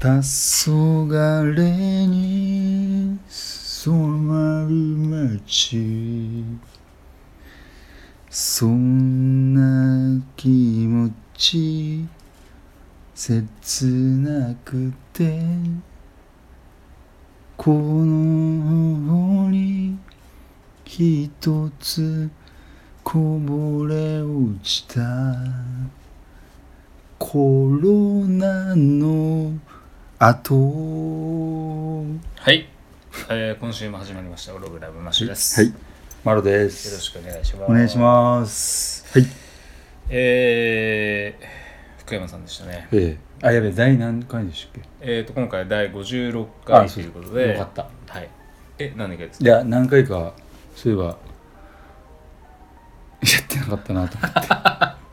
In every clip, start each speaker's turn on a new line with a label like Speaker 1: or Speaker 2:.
Speaker 1: 黄昏に染まる街そんな気持ち切なくてこの方に一つこぼれ落ちたコロナの後
Speaker 2: はい、えー、今週も始まりました「オログラムマッシュ」です、
Speaker 1: はい
Speaker 2: よ、
Speaker 1: マロで
Speaker 2: ろし
Speaker 1: す。
Speaker 2: くお願いします
Speaker 1: お願いします。はい。
Speaker 2: えー、福山さんでしたね
Speaker 1: ええ。あ、やべえ、第何回でしたっ
Speaker 2: えー、と今回第56
Speaker 1: け
Speaker 2: 回
Speaker 1: あ
Speaker 2: と
Speaker 1: そ
Speaker 2: いうことで
Speaker 1: よかった。
Speaker 2: はいえ何でかです
Speaker 1: い
Speaker 2: か
Speaker 1: や、何回か、そういえば、やってなかったなと思って。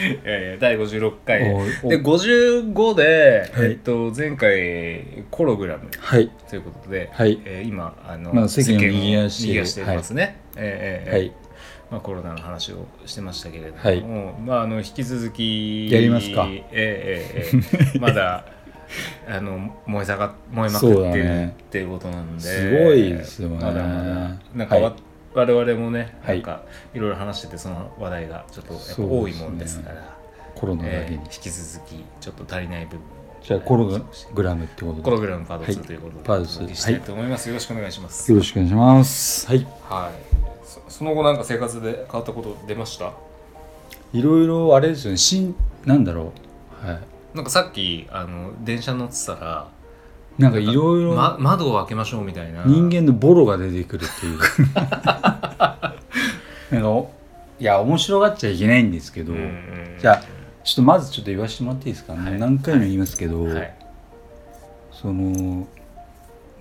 Speaker 2: いやいや第56回で
Speaker 1: おお
Speaker 2: で55で、
Speaker 1: はい
Speaker 2: えっと前回コログラム
Speaker 1: はい。
Speaker 2: ということで、
Speaker 1: はい
Speaker 2: えー今あの、
Speaker 1: まあ世間を賑やして
Speaker 2: 世間を賑やしてますね、えーえーえー
Speaker 1: はい。
Speaker 2: まあ、コロナの話をしてましたけれども、
Speaker 1: はい
Speaker 2: まあ、あの引き続き
Speaker 1: やりますか
Speaker 2: ええええ ええまだあの燃えさが燃えまく
Speaker 1: そうだ
Speaker 2: ってる、
Speaker 1: ね
Speaker 2: っていうことなんです
Speaker 1: ごいですよね
Speaker 2: まだまだなんかわ、
Speaker 1: はい
Speaker 2: 我々もね
Speaker 1: は
Speaker 2: ないんかいろいろ話しててその話題がちょっとやっぱ
Speaker 1: そう
Speaker 2: 多
Speaker 1: で
Speaker 2: い
Speaker 1: すね
Speaker 2: もんですから
Speaker 1: コロナだ
Speaker 2: ええ
Speaker 1: けに。
Speaker 2: 引き続きちょっと足りない部分
Speaker 1: じゃあ、コロナグラムってことで。
Speaker 2: コログラムパート
Speaker 1: はい
Speaker 2: 2ということで、
Speaker 1: パート2
Speaker 2: お届けしたいと思います、よろしくお願いします
Speaker 1: よろしくお願いします。はい。
Speaker 2: はいそその後なんか生活で変わったこと出ました
Speaker 1: いろいろ、あれですよね。新、なんだろう。はい。
Speaker 2: なんかさっきあの電車乗ってたら
Speaker 1: なんかいろいろ、
Speaker 2: ま、窓を開けましょうみたいな
Speaker 1: 人間のボロが出てくる っていうなんかおいや面白がっちゃいけないんですけど、
Speaker 2: うんうん
Speaker 1: じゃあちょっとまずちょっと言わせてもらっていいですか、ね
Speaker 2: はい
Speaker 1: 何回も言いますけど、
Speaker 2: はい
Speaker 1: その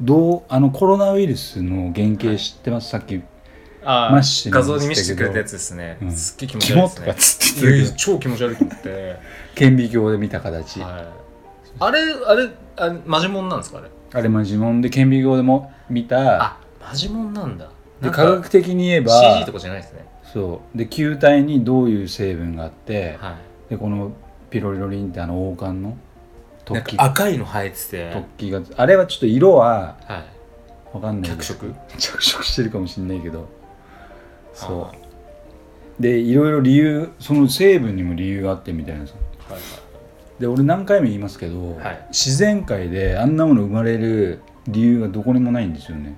Speaker 1: どうあのコロナウイルスの原型知ってます、さっき
Speaker 2: あ
Speaker 1: マッシ
Speaker 2: ー
Speaker 1: ュな
Speaker 2: 画
Speaker 1: んですけど
Speaker 2: 像に見せてくれたやつですね、
Speaker 1: うん
Speaker 2: すっげえ
Speaker 1: 「
Speaker 2: 気持ち悪
Speaker 1: 肝」
Speaker 2: い
Speaker 1: と
Speaker 2: です
Speaker 1: か
Speaker 2: ね
Speaker 1: つって
Speaker 2: いやい
Speaker 1: 言
Speaker 2: や
Speaker 1: って
Speaker 2: 超気持ち悪いと 思って、
Speaker 1: 顕微鏡で見た形、
Speaker 2: はい、あれあれあマジモンなんですかあれ
Speaker 1: あれも自問で顕微鏡でも見た
Speaker 2: あマジモンなんだ
Speaker 1: で
Speaker 2: なん
Speaker 1: 科学的に言えば
Speaker 2: CG とかじゃないですね
Speaker 1: そうで球体にどういう成分があって、
Speaker 2: は
Speaker 1: でこのピロリロリンってあの王冠の
Speaker 2: いな
Speaker 1: 突
Speaker 2: んか
Speaker 1: 起
Speaker 2: 赤いの生えてて
Speaker 1: 突起があれはちょっと色は
Speaker 2: は
Speaker 1: わかん
Speaker 2: い
Speaker 1: ない
Speaker 2: 脚
Speaker 1: けど
Speaker 2: 色
Speaker 1: 着色してるかもしれないけどそ
Speaker 2: あ
Speaker 1: うでいろいろ理由その成分にも理由があってみたいなんですよ
Speaker 2: ーはい
Speaker 1: で俺何回も言いますけど、
Speaker 2: はい
Speaker 1: 自然界であんなもの生まれる理由がどこにもないんですよね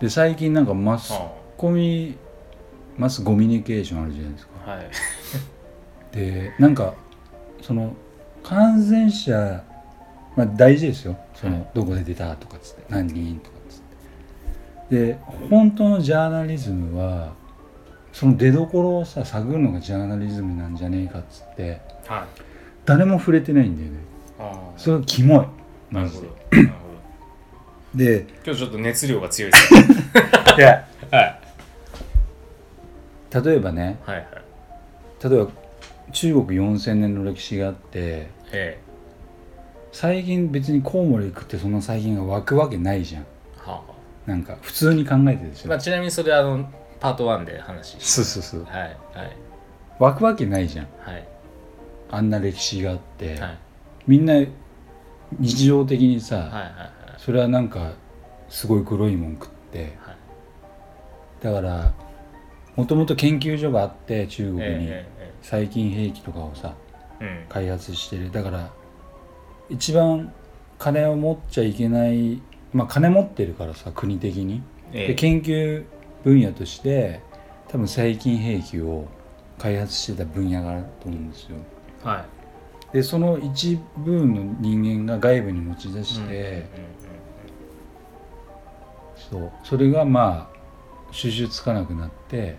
Speaker 1: で最近なんかマス
Speaker 2: は
Speaker 1: コミマスコミュニケーションあるじゃないですか
Speaker 2: いはい
Speaker 1: でなんかその感染者、まあ、大事ですよその、
Speaker 2: はい
Speaker 1: どこで出たとかっつって何人とかっつってで本当のジャーナリズムはその出どころをさ探るのがジャーナリズムなんじゃねえかっつって
Speaker 2: はい
Speaker 1: 誰も触れてないんだよね
Speaker 2: あー
Speaker 1: それがキモい
Speaker 2: な
Speaker 1: マ
Speaker 2: る
Speaker 1: ジ
Speaker 2: ほ
Speaker 1: で
Speaker 2: どなるほど
Speaker 1: で
Speaker 2: 今日ちょっと熱量が強いですね
Speaker 1: いや
Speaker 2: はい
Speaker 1: 例えばね
Speaker 2: はいはい
Speaker 1: 例えば中国4000年の歴史があって
Speaker 2: え
Speaker 1: 最近別にコウモリ食ってそんな細菌が湧くわけないじゃん
Speaker 2: えはあ
Speaker 1: なんか普通に考えてですよ、
Speaker 2: まあ、ちなみにそれあのパート1で話し
Speaker 1: そうそうそう
Speaker 2: はいはい
Speaker 1: 湧くわけないじゃん
Speaker 2: はい
Speaker 1: あんな歴史があって、
Speaker 2: はい
Speaker 1: みんな日常的にさ、
Speaker 2: はいはいはい
Speaker 1: それはなんかすごい黒いもん食って
Speaker 2: はい
Speaker 1: だからもともと研究所があって中国に、
Speaker 2: ええ
Speaker 1: 細菌兵器とかをさ
Speaker 2: えええ
Speaker 1: 開発してるだから一番金を持っちゃいけないまあ金持ってるからさ国的に、
Speaker 2: え
Speaker 1: で研究分野として多分細菌兵器を開発してた分野があると思うんですよ
Speaker 2: うんはい
Speaker 1: でその一部分の人間が外部に持ち出して、そうそれがまあ収集つかなくなって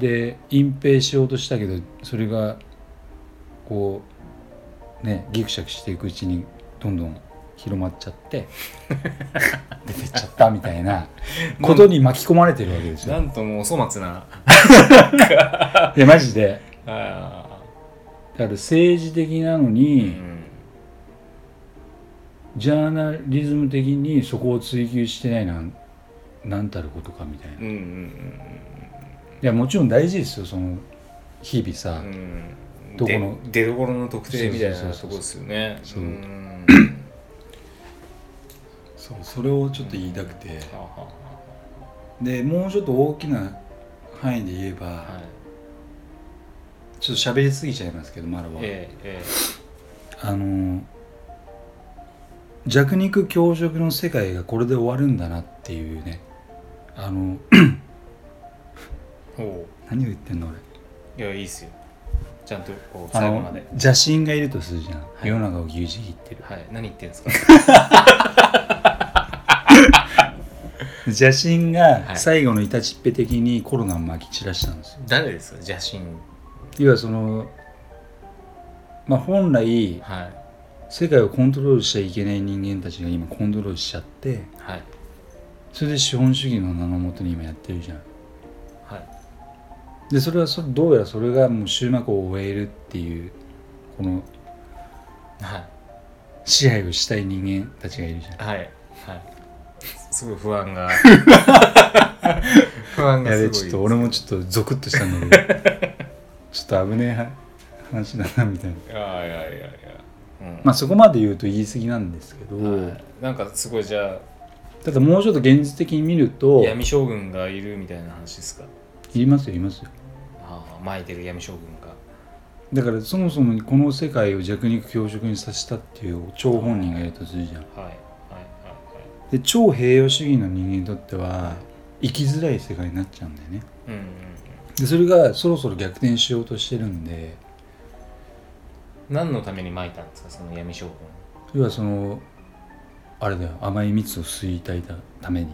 Speaker 2: で
Speaker 1: で隠蔽しようとしたけどそれがこうねギクシャクしていくうちにどんどん広まっちゃって出てっちゃったみたいなことに巻き込まれてるわけです
Speaker 2: な
Speaker 1: よ。
Speaker 2: んともお粗末ない
Speaker 1: やマジで
Speaker 2: あ
Speaker 1: だから政治的なの
Speaker 2: ーう
Speaker 1: に、
Speaker 2: ん
Speaker 1: ジャーナリズム的にそこを追求してないなんなんたることかみたいな
Speaker 2: うんうん
Speaker 1: いやもちろん大事ですよその日々さ、
Speaker 2: うんうん
Speaker 1: どこの
Speaker 2: で出どころの特定みたい
Speaker 1: そう
Speaker 2: な
Speaker 1: そうそうそう
Speaker 2: とこですよね
Speaker 1: そうんそうそれをちょっと言いたくて、
Speaker 2: はあは
Speaker 1: でもうちょっと大きな範囲で言えば、
Speaker 2: あはあはい
Speaker 1: ちょっと喋りすぎちゃいますけどマロは、
Speaker 2: えええ
Speaker 1: あの弱肉強食の世界がこれで終わるんだなっていうねあの
Speaker 2: えほ
Speaker 1: 何を言ってんの俺
Speaker 2: ういやいいっすよちゃんとこう
Speaker 1: あ
Speaker 2: 最後ま
Speaker 1: の
Speaker 2: で
Speaker 1: 邪神がいるとするじゃん、
Speaker 2: い
Speaker 1: 世の中を牛耳ってる
Speaker 2: はい何言ってんですか
Speaker 1: 邪神
Speaker 2: は
Speaker 1: が
Speaker 2: い
Speaker 1: 最後のいたちっぺ的にコロナをまき散らしたんですよ
Speaker 2: 誰ですか邪神
Speaker 1: 要はそのまあ本来
Speaker 2: はい
Speaker 1: 世界をコントロールしちゃいけない人間たちが今コントロールしちゃって
Speaker 2: はい
Speaker 1: それで資本主義の名のもとに今やってるじゃん
Speaker 2: はい
Speaker 1: でそれはそどうやらそれがもう終幕を終えるっていうこの
Speaker 2: はい
Speaker 1: 支配をしたい人間たちがいるじゃん
Speaker 2: はいはいすごい不 安が不安が
Speaker 1: や
Speaker 2: すご
Speaker 1: べ
Speaker 2: い
Speaker 1: ちょっと俺もちょっとゾクッとしたんだけど ちょっと危ねえは話だなみたいない
Speaker 2: やいやいやいやうん
Speaker 1: まあそこまで言うと言い過ぎなんですけど、
Speaker 2: はいなんかすごいじゃ
Speaker 1: ただもうちょっと現実的に見る
Speaker 2: あ
Speaker 1: と
Speaker 2: 闇将軍がいるみたいな話ですか
Speaker 1: いりますよいりますよ
Speaker 2: ああ巻いてる闇将軍が
Speaker 1: だからそもそもこの世界を弱肉強食にさせたっていう張本人がいるとするじゃん
Speaker 2: はいはい
Speaker 1: で超平和主義の人間にとっては生きづらい世界になっちゃうんだよね
Speaker 2: はいはいうんうん
Speaker 1: でそれがそろそろ逆転しようとしてるんで
Speaker 2: うん何のために巻いたんですかその闇将軍
Speaker 1: 要はそのあれだよ甘い蜜を吸いたいために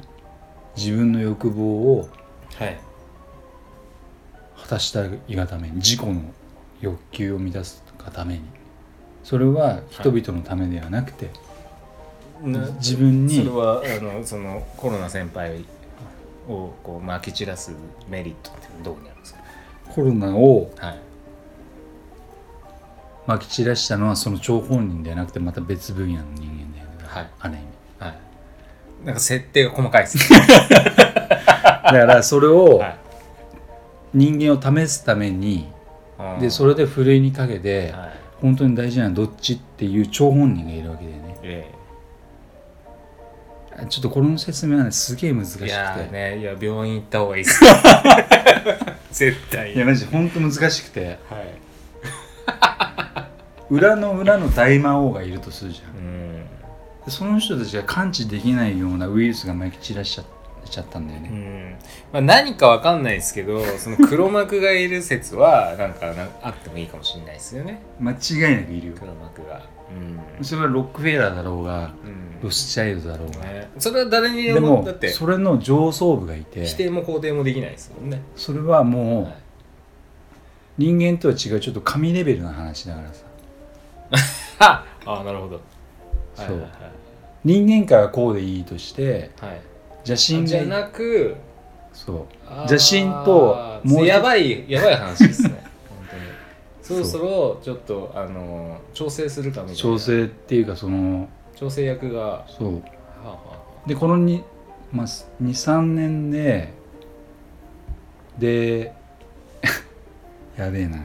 Speaker 1: 自分の欲望を
Speaker 2: はい
Speaker 1: 果たしたいがために自己の欲求を満たすがためにそれは人々のためではなくて、自分
Speaker 2: それ
Speaker 1: に
Speaker 2: はあのそのコロナ先輩をこう撒き散らすメリットっていうのはどこにあるんですか
Speaker 1: コロナを
Speaker 2: はい
Speaker 1: まき散らしたのはその張本人ではなくてまた別分野の人間だよね、
Speaker 2: はい
Speaker 1: ある意味
Speaker 2: はいなんか設定が細かいですね
Speaker 1: だからそれを
Speaker 2: はい
Speaker 1: 人間を試すために、
Speaker 2: うん
Speaker 1: でそれでふるいにかけて、
Speaker 2: はい
Speaker 1: 本当に大事なのはどっちっていう張本人がいるわけだよね
Speaker 2: え
Speaker 1: あちょっとこの説明はねすげえ難しくて
Speaker 2: えい
Speaker 1: い
Speaker 2: や
Speaker 1: や,、
Speaker 2: ーねいや病院行った方がいいっ すね絶対に
Speaker 1: マジ本当難しくて
Speaker 2: はい
Speaker 1: 裏の裏の大魔王がいるとするじゃん
Speaker 2: うん
Speaker 1: でその人たちが感知できないようなウイルスがまき散らしちゃしちゃったんだよ
Speaker 2: う
Speaker 1: ね、
Speaker 2: んまあ、何かわかんないですけどその黒幕がいる説はなんかなあってもいいかもしれないですよね
Speaker 1: 間違いなくいるよ
Speaker 2: 黒幕がうん、
Speaker 1: それはロックフェラーだろうが
Speaker 2: うん
Speaker 1: ロスチャイルドだろうが、
Speaker 2: ねそれは誰に
Speaker 1: で
Speaker 2: でも
Speaker 1: も
Speaker 2: だって
Speaker 1: それの上層部がいて
Speaker 2: 否定も肯定もできないですもんね、
Speaker 1: それはもう、
Speaker 2: はい
Speaker 1: 人間とは違うちょっと神レベルな話だからさ
Speaker 2: ああなるほどはい
Speaker 1: そう
Speaker 2: はい
Speaker 1: 人間界はこうでいいとして
Speaker 2: はい、はい
Speaker 1: 邪
Speaker 2: あじゃ
Speaker 1: 神が
Speaker 2: なく
Speaker 1: そう
Speaker 2: あー
Speaker 1: 邪神ともう一つ
Speaker 2: やばいやばい話です ね本当にそろそろちょっとあのー調整するかみたいな
Speaker 1: 調整っていうかその
Speaker 2: 調整役が、は
Speaker 1: そう
Speaker 2: あは
Speaker 1: でこのにまあ、23年でで やべえない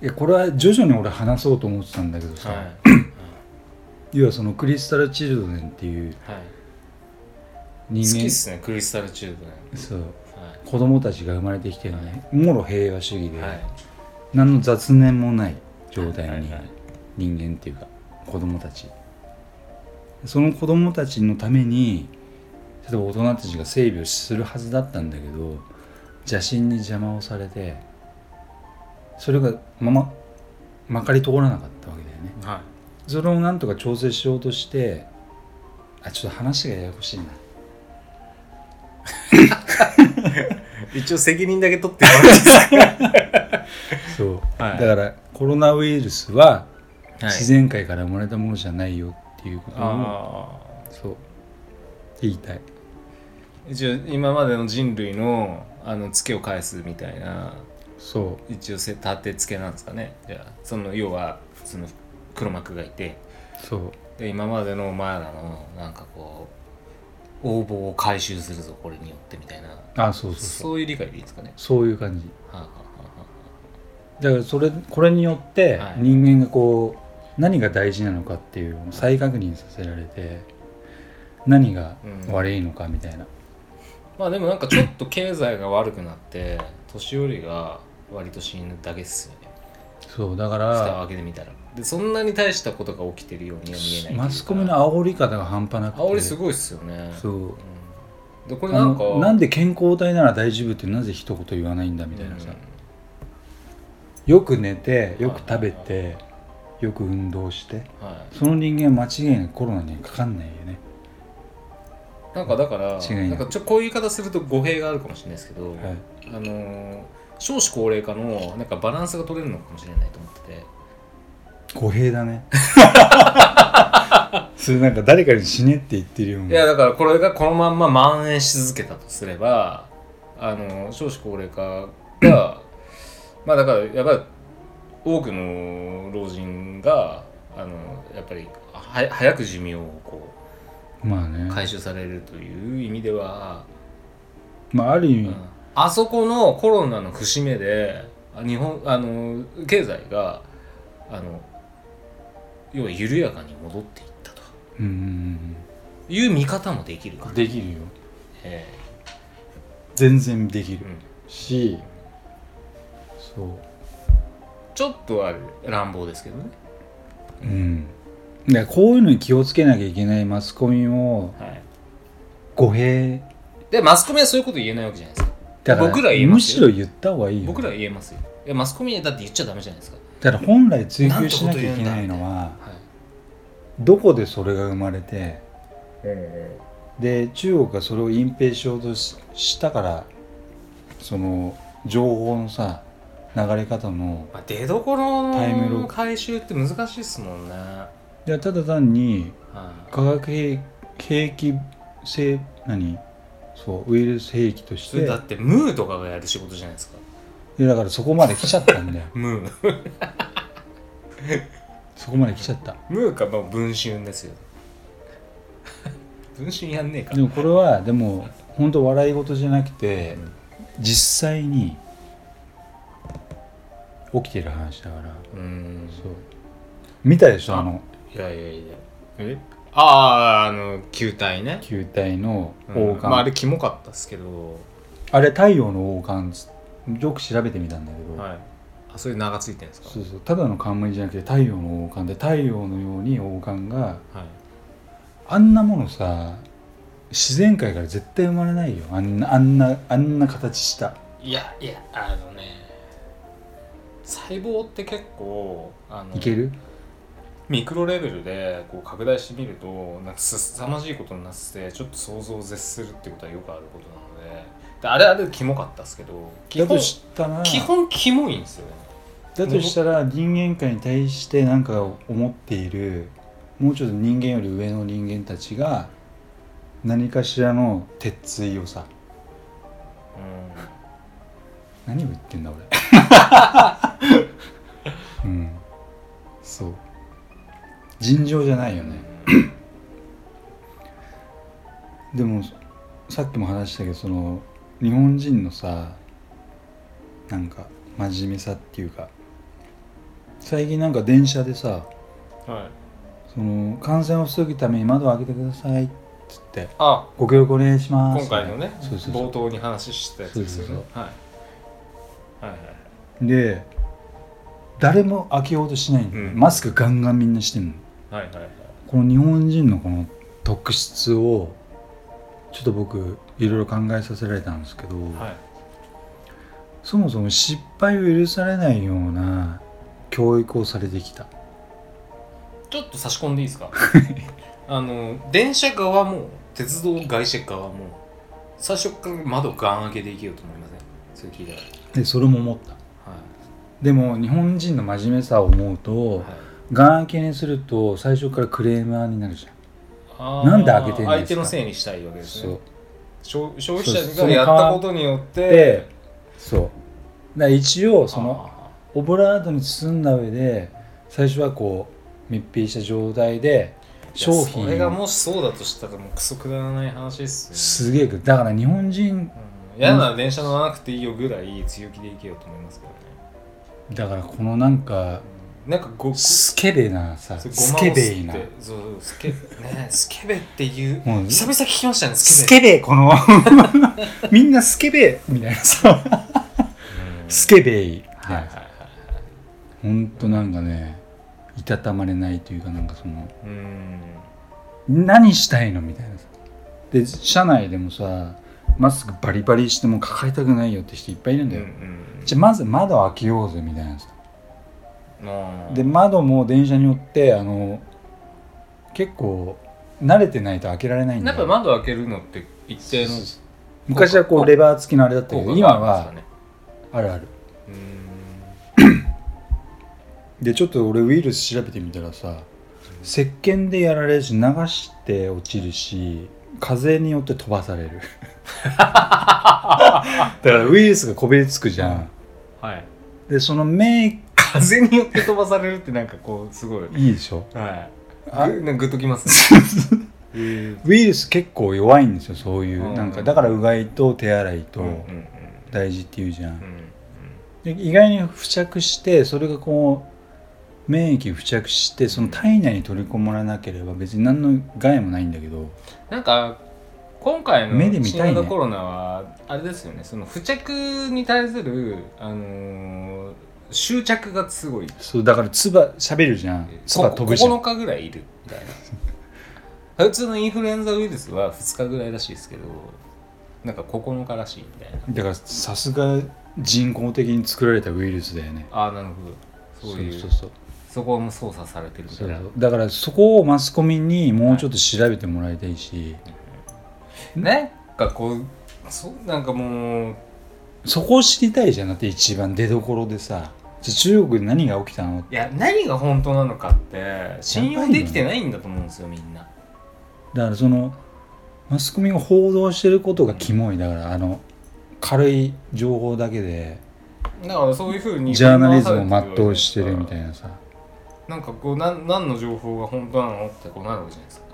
Speaker 1: やこれは徐々に俺話そうと思ってたんだけど
Speaker 2: あ
Speaker 1: さ、
Speaker 2: はい
Speaker 1: 要はそのクリスタル・チルドレンっていう
Speaker 2: はい
Speaker 1: 人
Speaker 2: 好き
Speaker 1: 間
Speaker 2: っすねクリスタルチューブね
Speaker 1: そう
Speaker 2: は
Speaker 1: 子供たちが生まれてきてるねもろ平和主義
Speaker 2: い
Speaker 1: で、
Speaker 2: はい
Speaker 1: 何の雑念もない状態に
Speaker 2: はいはい
Speaker 1: 人間っていうか子供たちその子供たちのために例えば大人たちが整備をするはずだったんだけど邪神に邪魔をされてそれがまままかり通らなかったわけだよね
Speaker 2: は、
Speaker 1: それをなんとか調整しようとしてあちょっと話がややこしいない
Speaker 2: 一応責任だけ取ってもらっていいです
Speaker 1: そう、
Speaker 2: はい
Speaker 1: だからコロナウイルスは
Speaker 2: か
Speaker 1: 自然界から生まれたものじゃないよっていうことを、
Speaker 2: ああ
Speaker 1: そう言いたい
Speaker 2: 一応今までの人類のあのツケを返すみたいな
Speaker 1: そ
Speaker 2: 一応せ立て付けなんですかねじゃあその要はその黒幕がいて
Speaker 1: うそう
Speaker 2: で今までのお前らのなんかこう応募を回収するぞこれによってみたいな
Speaker 1: あそうそうそう
Speaker 2: そういう理解でいいですかね
Speaker 1: そういう感じ
Speaker 2: はあはあはあは
Speaker 1: だからそれこれによって
Speaker 2: はい
Speaker 1: 人間がこう何が大事なのかっていうのを再確認させられて何が悪いのかみたいな、
Speaker 2: まあでもなんかちょっと経済が悪くなって年寄りが割と死ぬだけっすよね
Speaker 1: そうだか
Speaker 2: 蓋を
Speaker 1: ら
Speaker 2: 開けてみたらでそんなに大したことが起きてるようには見えないっていうか
Speaker 1: マスコミの煽り方が半端なくて
Speaker 2: 煽りすごいっすよね
Speaker 1: そう
Speaker 2: うんでこれ
Speaker 1: あ
Speaker 2: なんか
Speaker 1: のなんで健康体なら大丈夫ってなぜ一言言わないんだみたいなさ、よく寝てよく食べてよく運動して
Speaker 2: うんはい
Speaker 1: その人間は間違いなくコロナにはかかんないよね
Speaker 2: なんかだから
Speaker 1: 違いない
Speaker 2: なんかちょこういう言い方すると語弊があるかもしれないですけど、
Speaker 1: はい
Speaker 2: あのー少子高齢化のなんかバランスが取れるのかもしれないと思ってて
Speaker 1: 語弊だ ねそれなんか誰かに死ねって言ってるようない
Speaker 2: やだからこれがこのまんま蔓延し続けたとすればあの少子高齢化が まあだからやっぱり多くの老人があのやっぱりは早く寿命をこ
Speaker 1: まあね
Speaker 2: う、回収されるという意味では、
Speaker 1: まあ、ある意味、
Speaker 2: うんあそこのコロナの節目であ日本あの経済があの要は緩やかに戻っていったと
Speaker 1: うんうん
Speaker 2: いう見方もできるか
Speaker 1: う
Speaker 2: ら
Speaker 1: ん、できるよ
Speaker 2: え
Speaker 1: 全然でき
Speaker 2: え
Speaker 1: る
Speaker 2: うん
Speaker 1: しそ
Speaker 2: ちょっとあれ乱暴ですけどね。
Speaker 1: ううんだからこういうのに気をつけなきゃいけないマスコミも
Speaker 2: はい、
Speaker 1: 語弊
Speaker 2: でマスコミはそういうこと言えないわけじゃないですか。
Speaker 1: だから
Speaker 2: 僕ら言い
Speaker 1: む
Speaker 2: ます
Speaker 1: し
Speaker 2: よ
Speaker 1: ろ言った方がいいよ
Speaker 2: 僕らは言えますよ。いやマスコミだって言っちゃダメじゃないですか。
Speaker 1: だから本来追求しなきゃいけないのは
Speaker 2: はい
Speaker 1: どこでそれが生まれて
Speaker 2: え
Speaker 1: で中国がそれを隠蔽しようとししたからその情報のさ流れ方の
Speaker 2: まあ、出どころ
Speaker 1: タイムロ
Speaker 2: の
Speaker 1: グ
Speaker 2: 回収って難しいですもんね。
Speaker 1: いやただ単に
Speaker 2: は
Speaker 1: 化学兵兵器性何そうウイルス兵器と
Speaker 2: い、
Speaker 1: し
Speaker 2: それ
Speaker 1: て
Speaker 2: だってムーとかがやる仕事じゃないですか。
Speaker 1: でだからそこまで来ちゃったんだよ
Speaker 2: ムー。
Speaker 1: そこまで来ちゃった
Speaker 2: ムーかまあ文春ですよ。文春やんねえか
Speaker 1: で。もこれはでも本当笑い事じゃなくて
Speaker 2: うん
Speaker 1: 実際に起きてる話だから
Speaker 2: うん。
Speaker 1: そう見たでしょあの
Speaker 2: いやいやいや。えああ、あの、球体ね。
Speaker 1: 球体の王
Speaker 2: うん
Speaker 1: 冠、
Speaker 2: まあ、あ
Speaker 1: あ
Speaker 2: れ
Speaker 1: れ
Speaker 2: キモかったっすけど。
Speaker 1: 太陽の王冠つよく調べてみたんだけど、
Speaker 2: はい。あ、それ名がついてるんですか
Speaker 1: そうそうただの冠じゃなくて太陽の王冠で太陽のように王冠が
Speaker 2: はい。
Speaker 1: あんなものさ自然界から絶対生まれないよあんなあんなあんな形した
Speaker 2: いやいやあのね細胞って結構あの
Speaker 1: いける
Speaker 2: ミクロレベルでこう拡大してみるとなんかすさまじいことになっててちょっと想像を絶するってことはよくあることなのでであれあれキモかったっすけど基
Speaker 1: だ
Speaker 2: 本
Speaker 1: としたら
Speaker 2: 基本キモいんですよね
Speaker 1: だとしたら人間界に対して何か思っているもうちょっと人間より上の人間たちが何かしらの鉄槌をさ
Speaker 2: う
Speaker 1: 何を言ってんだ俺 うんそう尋常じゃないよ
Speaker 2: ん
Speaker 1: ね でもさっきも話したけどその日本人のさなんか真面目さっていうか最近なんか電車でさ
Speaker 2: はい
Speaker 1: その感染を防ぐために窓を開けてくださいっつって
Speaker 2: あ
Speaker 1: ご協力お願いします
Speaker 2: 今回のね
Speaker 1: そうそうそう
Speaker 2: 冒頭に話したやつですよ
Speaker 1: そう
Speaker 2: ね
Speaker 1: そ
Speaker 2: はいはいはい
Speaker 1: で誰も開けようとしないんだよね、
Speaker 2: うん
Speaker 1: マスクガンガンみんなしてんの
Speaker 2: はいはいはい
Speaker 1: この日本人のこの特質をちょっと僕いろいろ考えさせられたんですけど、
Speaker 2: はい
Speaker 1: そもそも失敗を許されないような教育をされてきた
Speaker 2: ちょっと差し込んでいいです かあの電車側も鉄道会社側も最初から窓ガン開けていけようと思いませんそれ聞いた
Speaker 1: でそれも思った
Speaker 2: らは
Speaker 1: でも日本人の真面目さを思うと、
Speaker 2: い、はい
Speaker 1: ガン開けにすると最初からクレーマーになるじゃん
Speaker 2: あー
Speaker 1: なんで開けてんですか
Speaker 2: 相手のせいにしたいわけですね消消費
Speaker 1: そう
Speaker 2: 者
Speaker 1: そ
Speaker 2: が
Speaker 1: の
Speaker 2: やったことによって
Speaker 1: でそうだから一応その
Speaker 2: あ
Speaker 1: オブラートに包んだ上で最初はこう密閉した状態で
Speaker 2: ーいや
Speaker 1: 商品
Speaker 2: それが
Speaker 1: を
Speaker 2: もしそうだとしたらもうクソくだらない話です
Speaker 1: すげえだから日本人
Speaker 2: よね、うん、嫌なら電車乗らなくていいよぐらい強気でいけようと思いますけどね
Speaker 1: だからこのなんか
Speaker 2: なんかご
Speaker 1: スケベなさ
Speaker 2: そう
Speaker 1: スケベイな
Speaker 2: ごまを吸ってそうそうスケねスケベっていう久
Speaker 1: うん
Speaker 2: 々聞きましたね
Speaker 1: ス
Speaker 2: スケベ
Speaker 1: ケベこの みんなスケベみたいなさ
Speaker 2: うん
Speaker 1: スケベイ
Speaker 2: はいはいは
Speaker 1: ほんとなんかねいたたまれないというかなんかその
Speaker 2: いうん
Speaker 1: 何したいのみたいなさで社内でもさマスクバリバリしても抱えたくないよって人いっぱいいるん
Speaker 2: う
Speaker 1: だ
Speaker 2: んう
Speaker 1: よ、
Speaker 2: ん
Speaker 1: じゃあまず窓開けようぜみたいなさ
Speaker 2: まあ
Speaker 1: で窓も電車によってあの結構慣れてないと開けられないんだ
Speaker 2: やっ
Speaker 1: よ
Speaker 2: ぱ窓開けるのって一定の
Speaker 1: 昔はこうレバー付きのあれだったけ
Speaker 2: 効
Speaker 1: ど
Speaker 2: 果
Speaker 1: 今は
Speaker 2: があるんですかね
Speaker 1: あるある
Speaker 2: うん
Speaker 1: でちょっと俺ウイルス調べてみたらさ石鹸でやられるし流して落ちるし風によって飛ばされる だからウイルスがこびりつくじゃん
Speaker 2: はい
Speaker 1: でその免
Speaker 2: 風によって飛ばされるってなんかこうすごい
Speaker 1: 疫いいでしょ
Speaker 2: はい
Speaker 1: あ
Speaker 2: ぐなんかグッときますね えー
Speaker 1: ウイルス結構弱いんですよそういう、
Speaker 2: うん
Speaker 1: なんかだからうがいと手洗いと
Speaker 2: うんうん
Speaker 1: 大事っていうじゃん
Speaker 2: うんう、ん
Speaker 1: で意外に付着してそれがこう免疫付着してその体内に取り込まれなければ別に何の害もないんだけど
Speaker 2: なんか今回
Speaker 1: 目で
Speaker 2: の
Speaker 1: 見
Speaker 2: 新
Speaker 1: たいね
Speaker 2: 型コロナはあれですよねその付着に対する、あのー執着がすごい
Speaker 1: そうだから唾しゃべるじゃん唾飛ぶじゃん
Speaker 2: 9日ぐらいいるみたいな 普通のインフルエンザウイルスは2日ぐらいらしいですけどなんか9日らしいみたいな
Speaker 1: だからさすが人工的に作られたウイルスだよね
Speaker 2: ああなるほどそういう
Speaker 1: そ
Speaker 2: そう
Speaker 1: そう
Speaker 2: こも操作されてるみた
Speaker 1: そ
Speaker 2: いうな
Speaker 1: そうだからそこをマスコミにもうちょっと調べてもらいたいし、
Speaker 2: ねなんかこうそうなんかもう
Speaker 1: そこを知りたいじゃんだって一番出どころでさじゃあ中国で何が起きたの
Speaker 2: いや何が本当なのかって信用できてないんだと思うんですよみんな
Speaker 1: だからそのマスコミが報道してることがキモいだからあの軽い情報だけで
Speaker 2: だからそういうふうに
Speaker 1: ジャーナリズムを全うしてるみたい
Speaker 2: な
Speaker 1: なさ
Speaker 2: なんかこうなん何の情報が本当なのってこうなるわけじゃないですか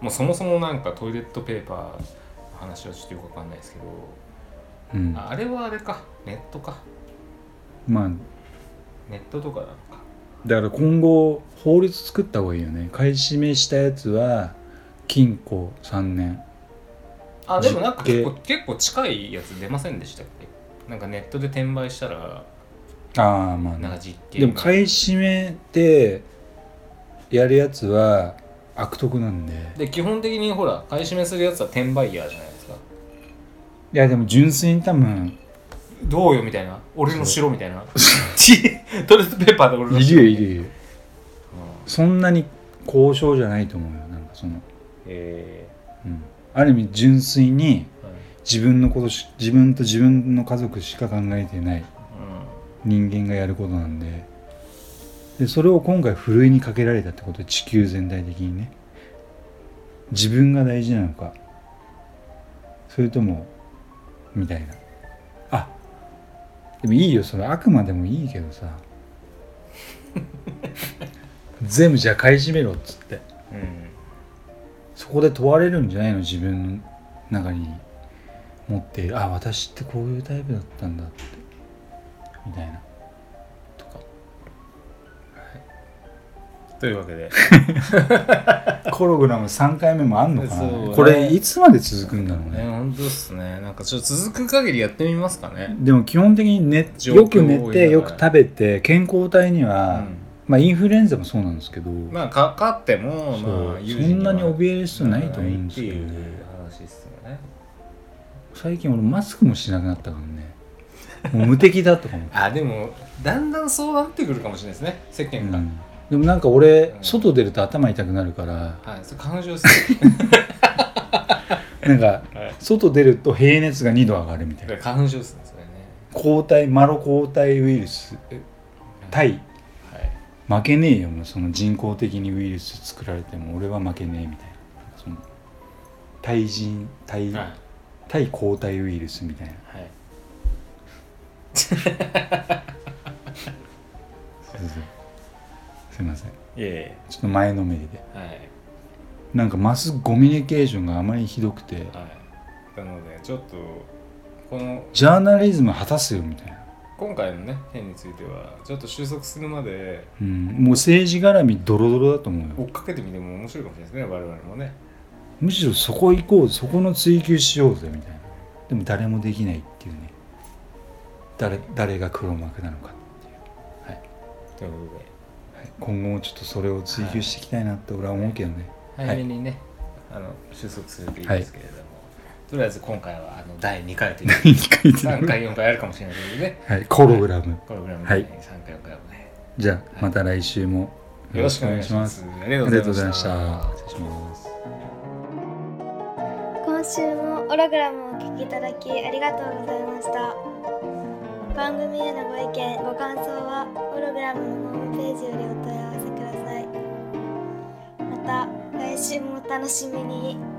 Speaker 2: もうそもそもなんかトイレットペーパーの話はちょっとよくわかんないですけど、
Speaker 1: うん
Speaker 2: ああれはあれかネットか
Speaker 1: まあ
Speaker 2: ネットとかなのか
Speaker 1: だから今後法律作った方がいいよね買い占めしたやつは禁錮3年
Speaker 2: あでもなんか
Speaker 1: 実刑
Speaker 2: 結構結構近いやつ出ませんでしたっけなんかネットで転売したら
Speaker 1: ああまあ
Speaker 2: なんか
Speaker 1: ね
Speaker 2: 実験
Speaker 1: でも買い占めてやるやつは悪徳なんで
Speaker 2: で基本的にほら買い占めするやつは転売ヤーじゃないですか
Speaker 1: いやでも純粋に多分
Speaker 2: どうよみたいな俺の城みたいなトイレットペーパーで俺の
Speaker 1: い
Speaker 2: 城
Speaker 1: るよいるよそんなに交渉じゃないと思うよなんかその
Speaker 2: え
Speaker 1: うんある意味純粋に
Speaker 2: ーはい
Speaker 1: 自分のことし自分と自分の家族しか考えてない
Speaker 2: うん
Speaker 1: 人間がやることなんででそれを今回ふるいにかけられたってことで地球全体的にね自分が大事なのかそれともみたいなあでもいいよそれあくまでもいいけどさ全部じゃあ買い占めろっつって
Speaker 2: うん
Speaker 1: そこで問われるんじゃないの自分の中に持っているあ私ってこういうタイプだったんだってみたいなとか
Speaker 2: というわけで
Speaker 1: コログラム3回目もあんのか
Speaker 2: そう
Speaker 1: な、
Speaker 2: ね
Speaker 1: これいつまで続くんだろう
Speaker 2: ね
Speaker 1: ね
Speaker 2: 本当ですねなんかちょっと続く限りやってみますかね
Speaker 1: でも基本的に、ね、
Speaker 2: 状況
Speaker 1: よく寝
Speaker 2: 多いな
Speaker 1: てよく食べて健康体に
Speaker 2: う
Speaker 1: は、
Speaker 2: ん
Speaker 1: まあインフルエンザもそうなんですけど、
Speaker 2: まあかかっても
Speaker 1: そ
Speaker 2: ま
Speaker 1: う
Speaker 2: あ
Speaker 1: そんなに
Speaker 2: え
Speaker 1: 怯える必要ないと思うんですけど、
Speaker 2: っ
Speaker 1: ね
Speaker 2: ていう話ですよね
Speaker 1: 最近俺マスクもしなくなった からねもう無敵だとか思って
Speaker 2: あでもだんだんそうなってくるかもしれないですね世間が、
Speaker 1: うんでもなんか俺、
Speaker 2: ん
Speaker 1: 外出ると頭痛くなるから
Speaker 2: はいそれ感情ですね
Speaker 1: なんか
Speaker 2: はい
Speaker 1: 外出ると平熱が2度上がるみたい
Speaker 2: だ
Speaker 1: な
Speaker 2: から感情ですねそれね
Speaker 1: 抗体マロ抗体ウイルスえ対
Speaker 2: はい
Speaker 1: 負けねえよもうその人工的にウイルス作られても俺は負けねえみたいなその対人対、
Speaker 2: はい
Speaker 1: 対抗体ウイルスみたいな
Speaker 2: はい
Speaker 1: そうそうすいません
Speaker 2: いえ
Speaker 1: ちょっと前のめりで
Speaker 2: いえはい
Speaker 1: なんかマスコミュニケーションがあまりひどくて
Speaker 2: はいなのでちょっとこの
Speaker 1: ジャーナリズム果たすよみたいな
Speaker 2: 今回のね件についてはちょっと収束するまで
Speaker 1: うん、もう政治絡みドロドロだと思うよ
Speaker 2: 追っかけてみても面白いかもしれないですね我々もね
Speaker 1: むしろそこ行こうそこの追求しようぜみたいなでも誰もできないっていうね誰誰が黒幕なのか、
Speaker 2: ということで
Speaker 1: はい今後もちょっとそれを追求していきたいなって俺は思うけど ね、
Speaker 2: 早めにね、あの収束するといいですけれども、とりあえず今回はあの第2回という
Speaker 1: 書い てない
Speaker 2: 3回4回あるかもしれないけどね
Speaker 1: はい、コログラム
Speaker 2: これぐらいの
Speaker 1: はい
Speaker 2: 3回4回もね
Speaker 1: じゃあまた来週も
Speaker 2: よろしくお願いしますあり
Speaker 1: ありがとうございまし
Speaker 2: した
Speaker 1: た失礼します
Speaker 3: 今週もオログラムをお聞きいただきありがとうございました番組へのご意見ご感想はオログラムのホームページよりお問い合わせくださいまた来週もお楽しみに